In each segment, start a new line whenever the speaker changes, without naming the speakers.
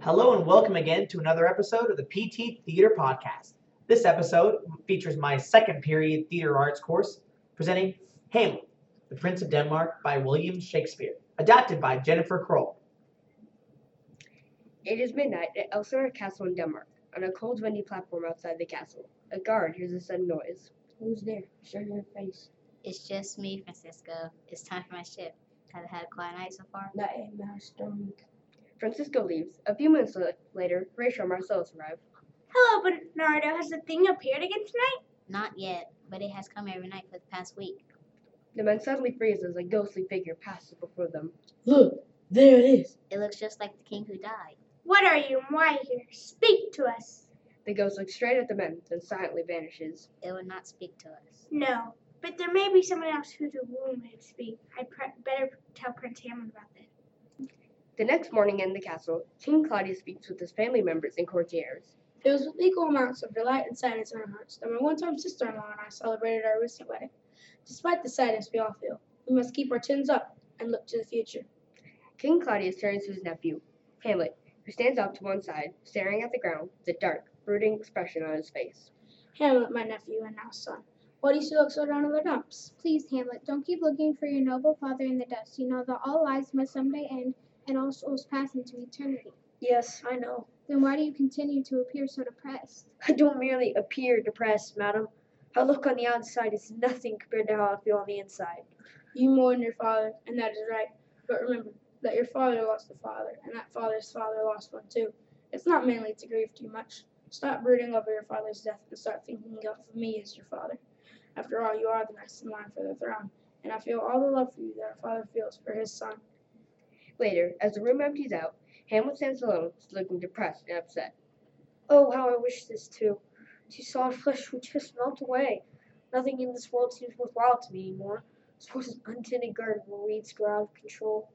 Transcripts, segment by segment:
Hello and welcome again to another episode of the PT Theater Podcast. This episode features my second period theater arts course presenting Hamlet, The Prince of Denmark by William Shakespeare, adapted by Jennifer Kroll.
It is midnight at Elsinore Castle in Denmark. On a cold, windy platform outside the castle, a guard hears a sudden noise.
Who's there? Show your face.
It's just me, Francisco. It's time for my shift. Have you had a quiet night so far?
Not in my stomach.
Francisco leaves. A few minutes la- later, Rachel and Marcellus arrive.
Hello, Bernardo. Has the thing appeared again tonight?
Not yet, but it has come every night for the past week.
The man suddenly freezes. A ghostly figure passes before them.
Look, there it is.
It looks just like the king who died.
What are you and why here? Speak to us.
The ghost looks straight at the men, then silently vanishes.
It would not speak to us.
No, but there may be someone else who the wound may speak. I pre- better tell Prince Hammond about that.
The next morning in the castle, King Claudius speaks with his family members and courtiers.
It was with equal amounts of delight and sadness in our hearts that my one-time sister-in-law and I celebrated our recent wedding. Despite the sadness we all feel, we must keep our chins up and look to the future.
King Claudius turns to his nephew, Hamlet, who stands off to one side, staring at the ground with a dark, brooding expression on his face.
Hamlet, my nephew and now son, why do you still look so down in the dumps?
Please, Hamlet, don't keep looking for your noble father in the dust. You know that all lives must someday end, and all souls pass into eternity.
Yes, I know.
Then why do you continue to appear so depressed?
I don't merely appear depressed, madam. How I look on the outside is nothing compared to how I feel on the inside.
You mourn your father, and that is right. But remember that your father lost a father, and that father's father lost one too. It's not manly to grieve too much. Stop brooding over your father's death and start thinking of me as your father. After all, you are the next in line for the throne, and I feel all the love for you that a father feels for his son.
Later, as the room empties out, Hamlet stands alone, looking depressed and upset.
Oh, how I wish this too. To soft flesh would just melt away. Nothing in this world seems worthwhile to me anymore. This was an untended garden where weeds grow out of control.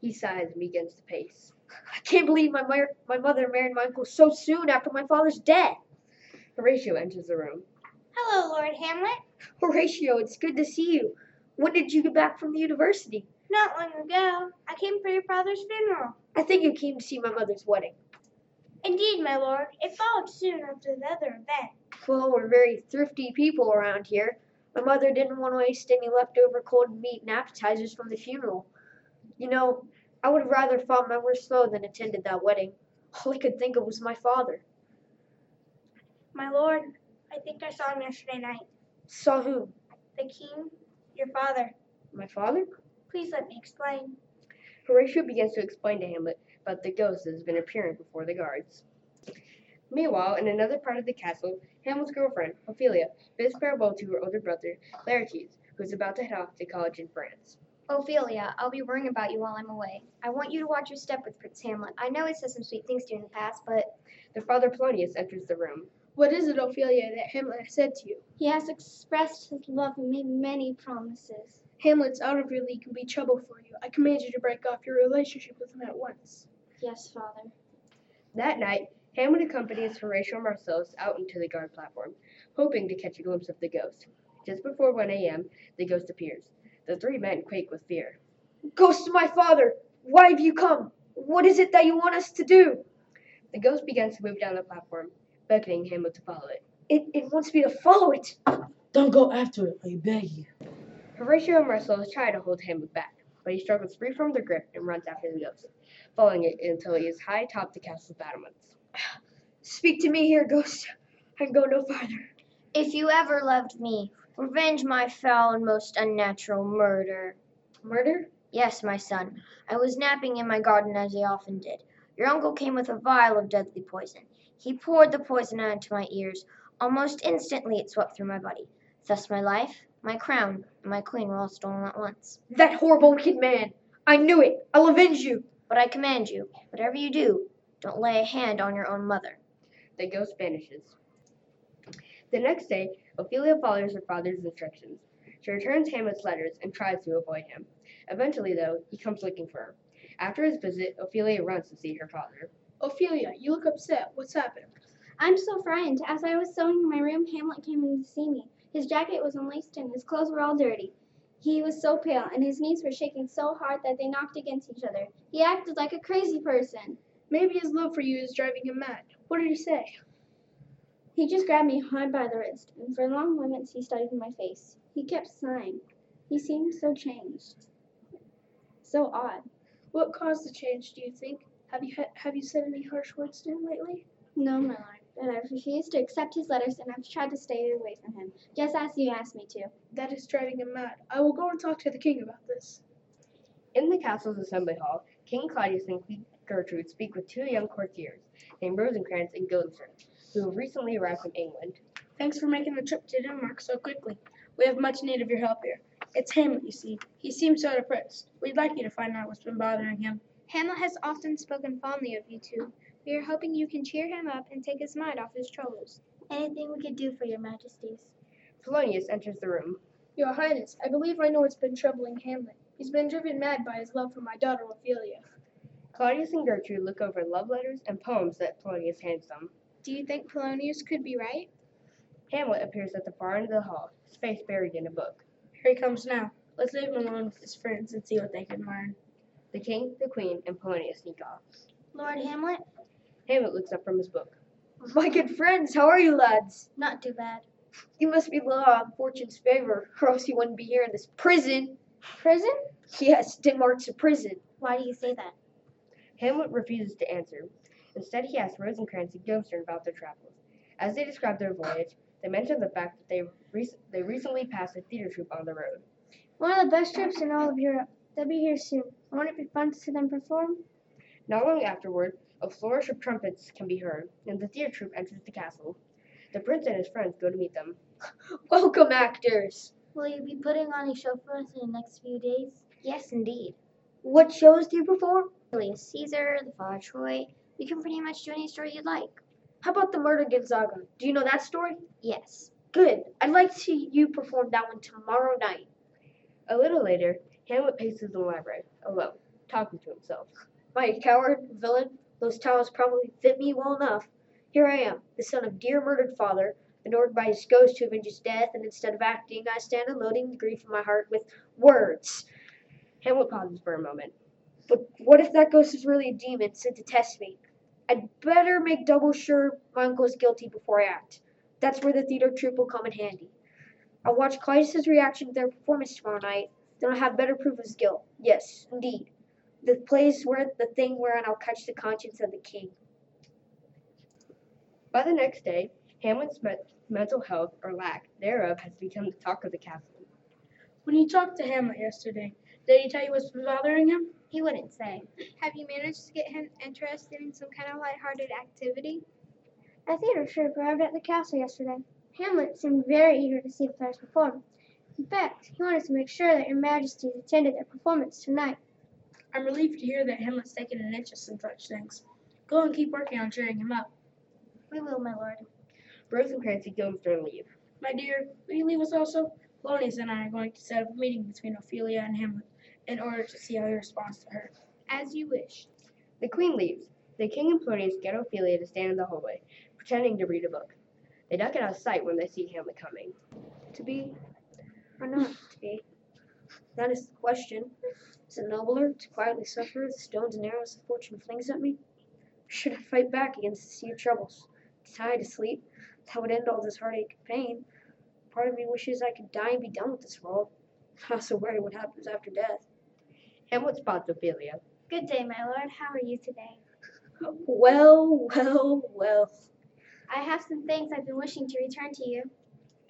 He sighs and begins to pace.
I can't believe my, mar- my mother married my uncle so soon after my father's death.
Horatio enters the room.
Hello, Lord Hamlet.
Horatio, it's good to see you. When did you get back from the university?
Not long ago, I came for your father's funeral.
I think you came to see my mother's wedding.
Indeed, my lord, it followed soon after the other event.
Well, we're very thrifty people around here. My mother didn't want to waste any leftover cold meat and appetizers from the funeral. You know, I would have rather fought my worst foe than attended that wedding. All I could think of was my father.
My lord, I think I saw him yesterday night.
Saw whom?
The king, your father.
My father?
Please let me explain.
Horatio begins to explain to Hamlet about the ghost that has been appearing before the guards. Meanwhile, in another part of the castle, Hamlet's girlfriend, Ophelia, bids farewell to her older brother, Laertes, who is about to head off to college in France.
Ophelia, I'll be worrying about you while I'm away. I want you to watch your step with Prince Hamlet. I know he said some sweet things to you in the past, but
Their father Polonius enters the room.
What is it, Ophelia, that Hamlet has said to you?
He has expressed his love and made many promises.
Hamlet's out of your league and be trouble for you. I command you to break off your relationship with him at once.
Yes, father.
That night, Hamlet accompanies Horatio and Marcellus out into the guard platform, hoping to catch a glimpse of the ghost. Just before 1 a.m., the ghost appears. The three men quake with fear.
Ghost of my father! Why have you come? What is it that you want us to do?
The ghost begins to move down the platform, beckoning Hamlet to follow it.
It, it wants me to follow it.
Don't go after it, I beg you.
Horatio and Marcellus try to hold Hamlet back, but he struggles free from their grip and runs after the ghost, following it until he is high atop the castle's battlements.
Speak to me here, ghost. I can go no farther.
if you ever loved me, revenge my foul and most unnatural murder.
Murder?
Yes, my son, I was napping in my garden as I often did. Your uncle came with a vial of deadly poison. He poured the poison out into my ears. Almost instantly it swept through my body. Thus my life, my crown, and my queen were all stolen at once.
That horrible wicked man. I knew it. I'll avenge you.
But I command you, whatever you do, don't lay a hand on your own mother.
The ghost vanishes. The next day, Ophelia follows her father's instructions. She returns Hamlet's letters and tries to avoid him. Eventually, though, he comes looking for her. After his visit, Ophelia runs to see her father.
Ophelia, you look upset. What's happened?
I'm so frightened. As I was sewing in my room, Hamlet came in to see me. His jacket was unlaced and his clothes were all dirty. He was so pale, and his knees were shaking so hard that they knocked against each other. He acted like a crazy person.
Maybe his love for you is driving him mad. What did he say?
He just grabbed me hard by the wrist, and for long moments he studied my face. He kept sighing. He seemed so changed. So odd.
What caused the change? Do you think? Have you ha- have you said any harsh words to him lately?
No, my lord, but I've refused to accept his letters and I've tried to stay away from him, just as you asked me to.
That is driving him mad. I will go and talk to the king about this.
In the castle's assembly hall, King Claudius and Queen Gertrude speak with two young courtiers named Rosencrantz and Guildenstern, who have recently arrived from England.
Thanks for making the trip to Denmark so quickly. We have much need of your help here. It's Hamlet, you see. He seems so depressed. We'd like you to find out what's been bothering him.
Hamlet has often spoken fondly of you two. We are hoping you can cheer him up and take his mind off his troubles.
Anything we could do for your majesties.
Polonius enters the room.
Your Highness, I believe I know what's been troubling Hamlet. He's been driven mad by his love for my daughter Ophelia.
Claudius and Gertrude look over love letters and poems that Polonius hands them.
Do you think Polonius could be right?
Hamlet appears at the far end of the hall, his face buried in a book.
Here he comes now. Let's leave him alone with his friends and see what they can learn.
The king, the queen, and Polonius sneak off.
Lord Hamlet?
Hamlet looks up from his book.
My good friends, how are you, lads?
Not too bad.
You must be law in fortune's favor, or else you wouldn't be here in this prison.
Prison?
Yes, Denmark's a prison.
Why do you say that?
Hamlet refuses to answer. Instead, he asks Rosencrantz and Guildenstern about their travels. As they describe their voyage, they mention the fact that they, rec- they recently passed a theater troupe on the road.
One of the best trips in all of Europe. They'll be here soon. Won't it be fun to see them perform?
Not long afterward, a flourish of trumpets can be heard, and the theater troupe enters the castle. The prince and his friends go to meet them.
Welcome, actors.
Will you be putting on a show for us in the next few days?
Yes, indeed.
What shows do you perform?
Julius Caesar, the Fall of Troy. You can pretty much do any story you'd like.
How about the murder Gonzaga? Do you know that story?
Yes.
Good. I'd like to see you perform that one tomorrow night.
A little later, Hamlet paces the library, alone, talking to himself.
My coward, villain, those towels probably fit me well enough. Here I am, the son of dear murdered father, adored by his ghost to avenge his death, and instead of acting, I stand unloading the grief of my heart with words.
Hamlet pauses for a moment.
But what if that ghost is really a demon sent to test me? I'd better make double sure my uncle is guilty before I act. That's where the theater troupe will come in handy. I'll watch Claudius's reaction to their performance tomorrow night, then I'll have better proof of his guilt. Yes, indeed. The play's worth the thing wherein I'll catch the conscience of the king.
By the next day, Hamlet's me- mental health, or lack thereof, has become the talk of the castle.
When you talked to Hamlet yesterday, did he tell you what's been bothering him?
He wouldn't say.
Have you managed to get him interested in some kind of lighthearted activity? A theater troupe arrived at the castle yesterday. Hamlet seemed very eager to see the players perform. In fact, he wanted to make sure that your majesties attended their performance tonight.
I'm relieved to hear that Hamlet's taken an interest in such things. Go and keep working on cheering him up.
We will, my lord.
Rosencrantz and Guildenstern leave.
My dear, will you leave us also? Polonius and I are going to set up a meeting between Ophelia and Hamlet in order to see how he responds to her.
As you wish.
The queen leaves. The king and Polonius get Ophelia to stand in the hallway, pretending to read a book. They duck out of sight when they see Hamlet coming.
To be or not to be? That is the question. Is it nobler to quietly suffer the stones and arrows that fortune flings at me? Or should I fight back against the sea of troubles? To tie to sleep? That would end all this heartache and pain. Part of me wishes I could die and be done with this world. I also worry what happens after death.
Hamlet spots Ophelia.
Good day, my lord. How are you today?
Well, well, well.
I have some things I've been wishing to return to you.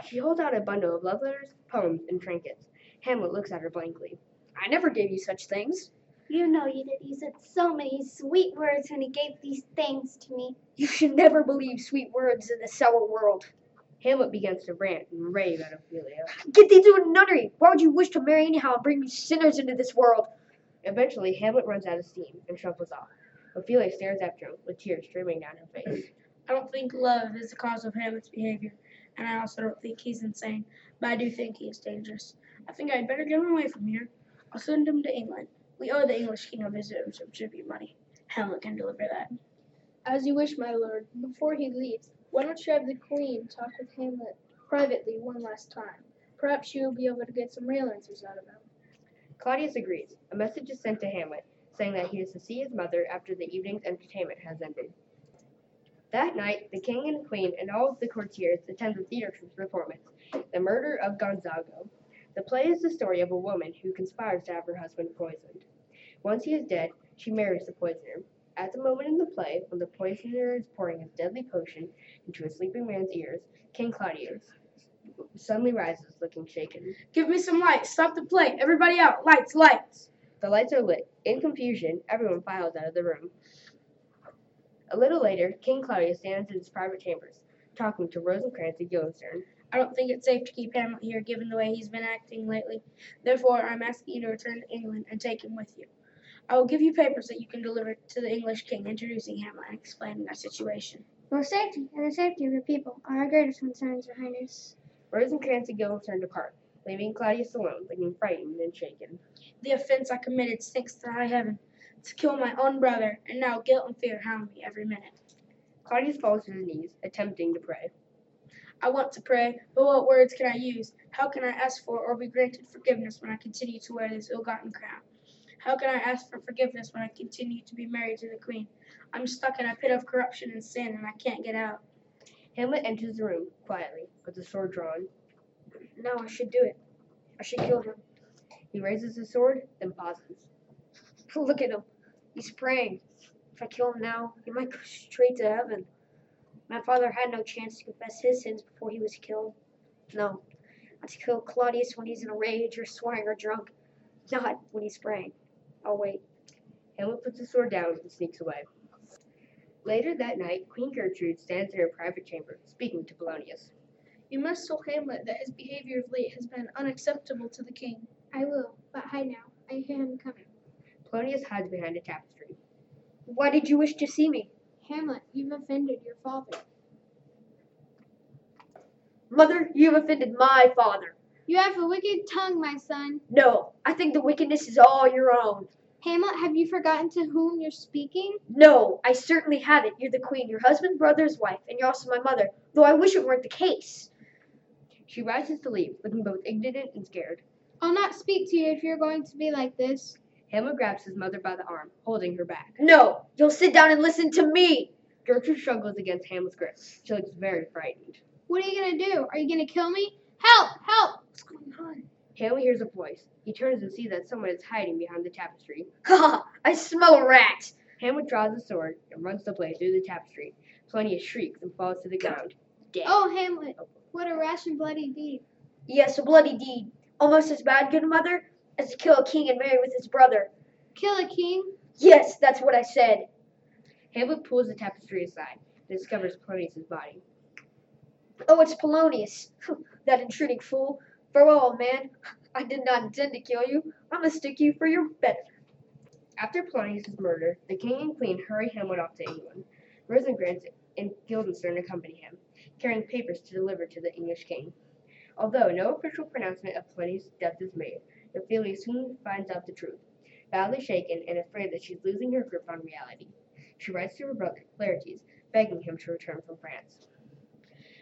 She holds out a bundle of love letters, poems, and trinkets. Hamlet looks at her blankly.
I never gave you such things.
You know you did. You said so many sweet words when you gave these things to me.
You should never believe sweet words in this sour world.
Hamlet begins to rant and rave at Ophelia.
Get thee to a nunnery! Why would you wish to marry anyhow and bring me sinners into this world?
Eventually, Hamlet runs out of steam and shuffles off. Ophelia stares after him, with tears streaming down her face.
I don't think love is the cause of Hamlet's behavior, and I also don't think he's insane, but I do think he is dangerous. I think I'd better get him away from here. I'll send him to England. We owe the English king a visit and some tribute money. Hamlet can deliver that.
As you wish, my lord. Before he leaves, why don't you have the queen talk with Hamlet privately one last time? Perhaps you will be able to get some real answers out of him.
Claudius agrees. A message is sent to Hamlet saying that he is to see his mother after the evening's entertainment has ended. That night, the king and queen and all of the courtiers attend the theater troupe's performance, The Murder of Gonzago. The play is the story of a woman who conspires to have her husband poisoned. Once he is dead, she marries the poisoner. At the moment in the play when the poisoner is pouring his deadly potion into a sleeping man's ears, King Claudius suddenly rises looking shaken.
Give me some lights. Stop the play. Everybody out. Lights, lights.
The lights are lit. In confusion, everyone files out of the room. A little later, King Claudius stands in his private chambers, talking to Rosencrantz and Guildenstern.
I don't think it's safe to keep Hamlet here given the way he's been acting lately. Therefore, I'm asking you to return to England and take him with you. I will give you papers that you can deliver to the English king, introducing Hamlet and explaining our situation.
Your safety and the safety of your people are our greatest concerns, Your Highness.
Rosencrantz and Guildenstern depart, leaving Claudius alone, looking frightened and shaken.
The offense I committed sinks to high heaven, to kill my own brother, and now guilt and fear hound me every minute.
Claudius falls to his knees, attempting to pray.
I want to pray, but what words can I use? How can I ask for or be granted forgiveness when I continue to wear this ill-gotten crown? How can I ask for forgiveness when I continue to be married to the queen? I'm stuck in a pit of corruption and sin, and I can't get out.
Hamlet enters the room quietly, with the sword drawn.
No, I should do it. I should kill him.
He raises his sword, then pauses.
Look at him. He's praying. If I kill him now, he might go straight to heaven. My father had no chance to confess his sins before he was killed. No, not to kill Claudius when he's in a rage or swearing or drunk, not when he's praying. I'll wait.
Hamlet puts his sword down and sneaks away. Later that night, Queen Gertrude stands in her private chamber, speaking to Polonius.
You must tell Hamlet that his behavior of late has been unacceptable to the king.
I will, but hide now. I hear him coming.
Polonius hides behind a tapestry.
Why did you wish to see me?
Hamlet, you've offended your father.
Mother, you have offended my father.
You have a wicked tongue, my son.
No, I think the wickedness is all your own.
Hamlet, have you forgotten to whom you're speaking?
No, I certainly haven't. You're the queen, your husband, brother's wife, and you're also my mother, though I wish it weren't the case.
She rises to leave, looking both indignant and scared.
I'll not speak to you if you're going to be like this.
Hamlet grabs his mother by the arm, holding her back.
No, you'll sit down and listen to me.
Gertrude struggles against Hamlet's grip. She looks very frightened.
What are you gonna do? Are you gonna kill me? Help! Help!
What's going on?
Hamlet hears a voice. He turns and sees that someone is hiding behind the tapestry.
Ha! I smell a rat.
Hamlet draws his sword and runs the blade through the tapestry. Polonius shrieks and falls to the ground, dead.
Oh, Hamlet, what a rash and bloody deed.
Yes, a bloody deed. Almost as bad, good mother, as to kill a king and marry with his brother.
Kill a king?
Yes, that's what I said.
Hamlet pulls the tapestry aside and discovers Polonius' body.
Oh, it's Polonius. that intruding fool. Farewell, old man. I did not intend to kill you. I mistook you for your better.
After Polonius' murder, the king and queen hurry Hamlet off to England. Rosencrantz and Guildenstern accompany him, carrying papers to deliver to the English king. Although no official pronouncement of Polonius' death is made, Ophelia soon finds out the truth, badly shaken and afraid that she's losing her grip on reality. She writes to her brother, Laertes, begging him to return from France.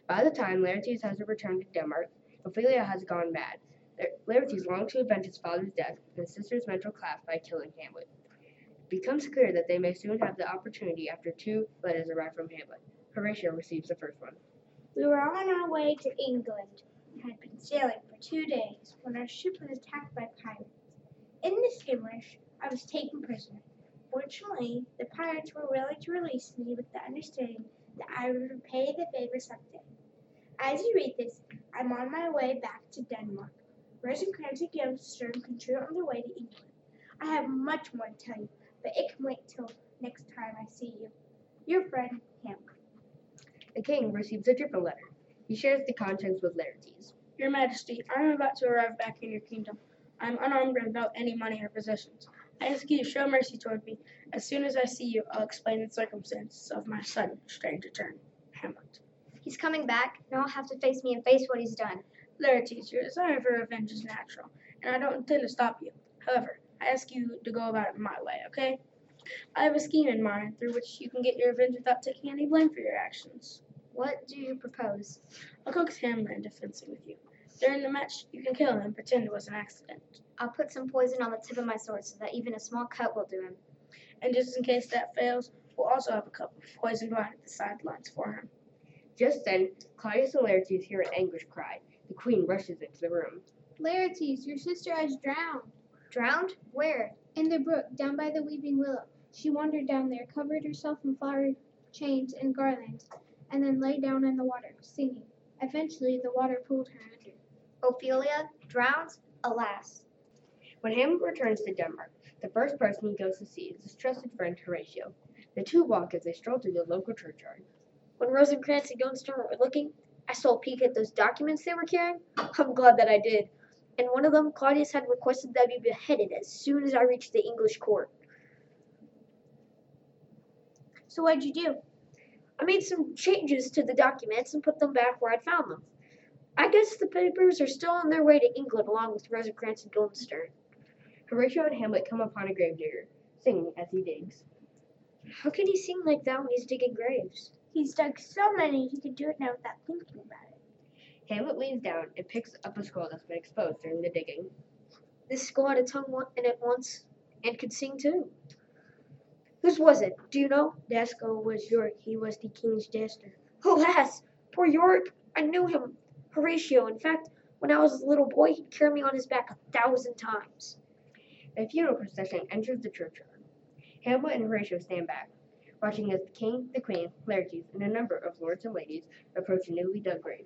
By the time Laertes has returned to Denmark, Ophelia has gone mad. Laertes longs to avenge his father's death and his sister's mental collapse by killing Hamlet. It becomes clear that they may soon have the opportunity after two letters arrive from Hamlet. Horatio receives the first one.
We were on our way to England and had been sailing for two days when our ship was attacked by pirates. In this skirmish, I was taken prisoner. Fortunately, the pirates were willing to release me with the understanding that I would repay the favor someday. As you read this, I'm on my way back to Denmark. Rosencrantz and Guildenstern continue on their way to England. I have much more to tell you, but it can wait till next time I see you. Your friend, Hamlet.
The king receives a different letter. He shares the contents with Laertes.
Your Majesty, I am about to arrive back in your kingdom. I am unarmed and without any money or possessions. I ask you to show mercy toward me. As soon as I see you, I'll explain the circumstances of my sudden, strange return. Hamlet.
He's coming back, and I'll have to face me and face what he's done.
Laertes, your desire for revenge is natural, and I don't intend to stop you. However, I ask you to go about it my way, okay? I have a scheme in mind through which you can get your revenge without taking any blame for your actions.
What do you propose?
I'll coax Hamlet into fencing with you. During the match, you can kill him and pretend it was an accident.
I'll put some poison on the tip of my sword so that even a small cut will do him.
and just in case that fails, we'll also have a cup of poison wine at the sidelines for him.
Just then, Claudius and Laertes hear an anguish cry. The queen rushes into the room.
Laertes, your sister has drowned.
Drowned? Where?
In the brook, down by the weeping willow. She wandered down there, covered herself in flowered chains and garlands, and then lay down in the water, singing. Eventually, the water pulled her under.
Ophelia drowns? Alas.
When Hamlet returns to Denmark, the first person he goes to see is his trusted friend Horatio. The two walk as they stroll through the local churchyard.
When Rosencrantz and Guildenstern were looking, I stole a peek at those documents they were carrying. I'm glad that I did. In one of them, Claudius had requested that I be beheaded as soon as I reached the English court.
So what'd you do?
I made some changes to the documents and put them back where I'd found them. I guess the papers are still on their way to England along with Rosencrantz and Guildenstern.
Horatio and Hamlet come upon a gravedigger, singing as he digs.
How can he sing like that when he's digging graves?
He's dug so many he could do it now without thinking about it.
Hamlet leans down and picks up a scroll that's been exposed during the digging.
This skull had a tongue one- in it once and could sing too. Whose was it? Do you know?
That skull was York. He was the king's jester.
Alas, poor Yorick. I knew him, Horatio. In fact, when I was a little boy, he'd carry me on his back a thousand times.
A funeral procession enters the churchyard. Hamlet and Horatio stand back, watching as the king, the queen, Laertes, and a number of lords and ladies approach a newly dug grave.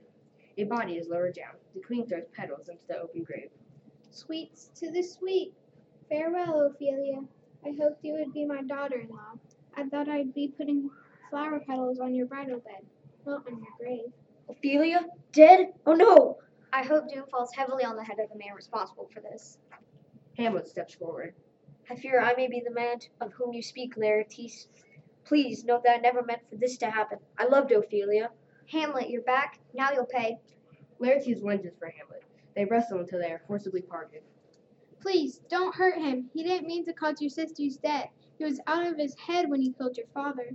A body is lowered down. The queen throws petals into the open grave.
Sweets to the sweet. Farewell, Ophelia. I hoped you would be my daughter in law. I thought I'd be putting flower petals on your bridal bed, not on your grave.
Ophelia? Dead? Oh no!
I hope doom falls heavily on the head of the man responsible for this.
Hamlet steps forward.
I fear I may be the man of whom you speak, Laertes. Please note that I never meant for this to happen. I loved Ophelia.
Hamlet, you're back. Now you'll pay.
Laertes lunges for Hamlet. They wrestle until they are forcibly parted.
Please, don't hurt him. He didn't mean to cause your sisters dead. He was out of his head when he killed your father.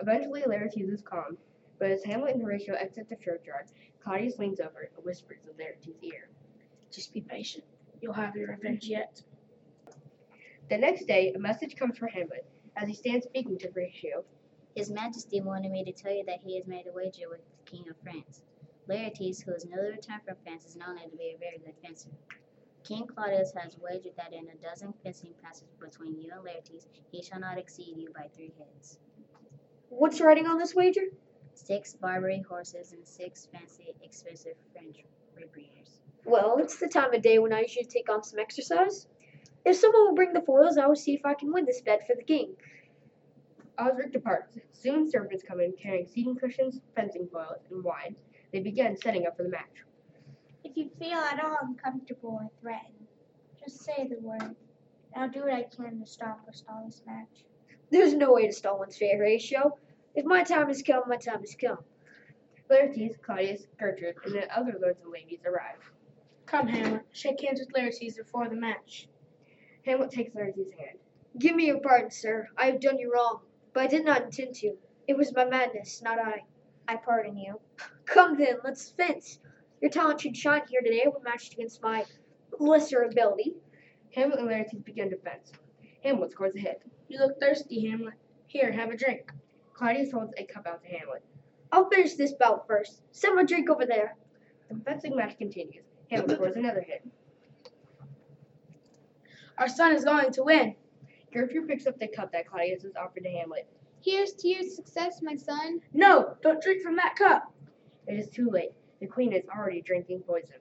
Eventually, Laertes is calmed, but as Hamlet and Horatio exit the churchyard, Claudius leans over and whispers in Laertes' ear.
Just be patient. You'll have your revenge yet.
The next day, a message comes for Hamlet as he stands speaking to Horatio.
His Majesty wanted me to tell you that he has made a wager with the King of France. Laertes, who is newly returned from France, is known to be a very good fencer. King Claudius has wagered that in a dozen fencing passes between you and Laertes, he shall not exceed you by three heads.
What's riding on this wager?
Six Barbary horses and six fancy, expensive French ribriers.
Well, it's the time of day when I usually take on some exercise. If someone will bring the foils, I will see if I can win this bet for the king.
Osric departs. Soon servants come in carrying seating cushions, fencing foils, and wine. They begin setting up for the match.
If you feel at all uncomfortable or threatened, just say the word. And I'll do what I can to stop or stall this match.
There's no way to stall one's fair ratio. If my time has come, my time has come.
Laertes, Claudius, Gertrude, and the other lords and ladies arrive.
Come, Hamlet. Shake hands with Laertes before the match.
Hamlet takes Laertes' hand.
Give me your pardon, sir. I have done you wrong, but I did not intend to. It was my madness, not I.
I pardon you.
Come then, let's fence. Your talent should shine here today when matched against my lesser ability.
Hamlet and Laertes begin to fence. Hamlet scores a hit.
You look thirsty, Hamlet. Here, have a drink.
Claudius holds a cup out to Hamlet.
I'll finish this bout first. Set my drink over there.
The fencing match continues. Hamlet scores another hit.
Our son is going to win.
Gertrude picks up the cup that Claudius has offered to Hamlet.
Here's to your success, my son.
No, don't drink from that cup.
It is too late. The queen is already drinking poison.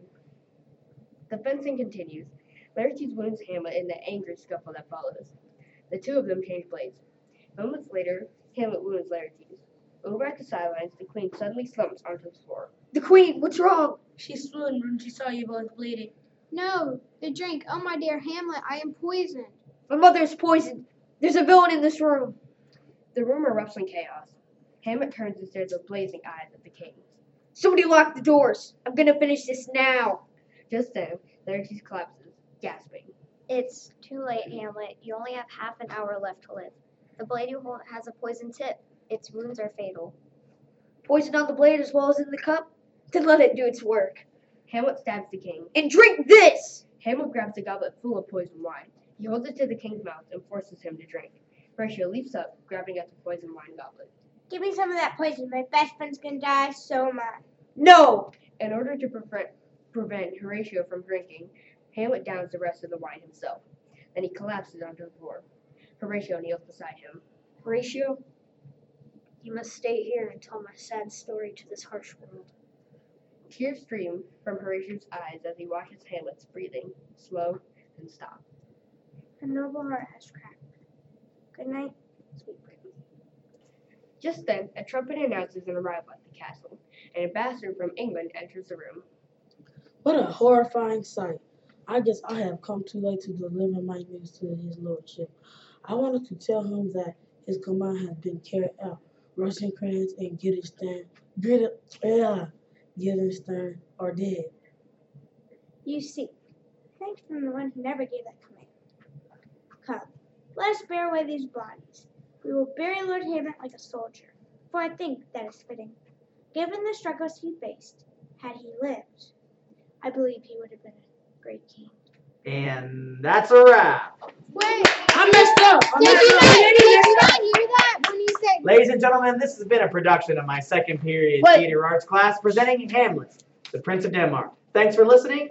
The fencing continues. Laertes wounds Hamlet in the angry scuffle that follows. The two of them change blades. Moments later, Hamlet wounds Laertes. Over at the sidelines, the queen suddenly slumps onto the floor.
The queen, what's wrong?
She swooned when she saw you both bleeding.
No, the drink. Oh, my dear Hamlet, I am poisoned.
My mother is poisoned. There's a villain in this room.
The room erupts in chaos. Hamlet turns and stares with blazing eyes at the king.
Somebody lock the doors. I'm gonna finish this now.
Just then, Laertes collapses, gasping.
It's too late, Hamlet. You only have half an hour left to live. The blade you hold has a poison tip. Its wounds are fatal.
Poison on the blade as well as in the cup? Then let it do its work.
Hamlet stabs the king.
And drink this!
Hamlet grabs a goblet full of poison wine. He holds it to the king's mouth and forces him to drink. Horatio leaps up, grabbing at the poison wine goblet.
Give me some of that poison. My best friend's gonna die, so am I.
No!
In order to prevent, prevent Horatio from drinking, Hamlet downs the rest of the wine himself. Then he collapses onto the floor. Horatio kneels beside him.
Horatio, you must stay here and tell my sad story to this harsh world.
Tears stream from Horatio's eyes as he watches Hamlet's breathing slow and stop.
Her noble heart has cracked. Good night, sweet Brittany.
Just then, a trumpet announces an arrival at the castle, and an ambassador from England enters the room.
What a horrifying sight. I guess I have come too late to deliver my news to his lordship. I wanted to tell him that his command had been carried out. Rosencrantz and Guildenstern, Guilden- ugh, Guildenstern are dead.
You see, thanks from the one who never gave that command. Come, let us bear away these bodies. We will bury Lord Hamlet like a soldier, for I think that is fitting. Given the struggles he faced, had he lived, I believe he would have been a great king.
And that's a wrap.
Wait,
I messed up. I
did you
messed
not,
up.
did you not hear that when you said
Ladies and gentlemen, this has been a production of my second period
Wait.
theater arts class presenting Hamlet, the Prince of Denmark. Thanks for listening.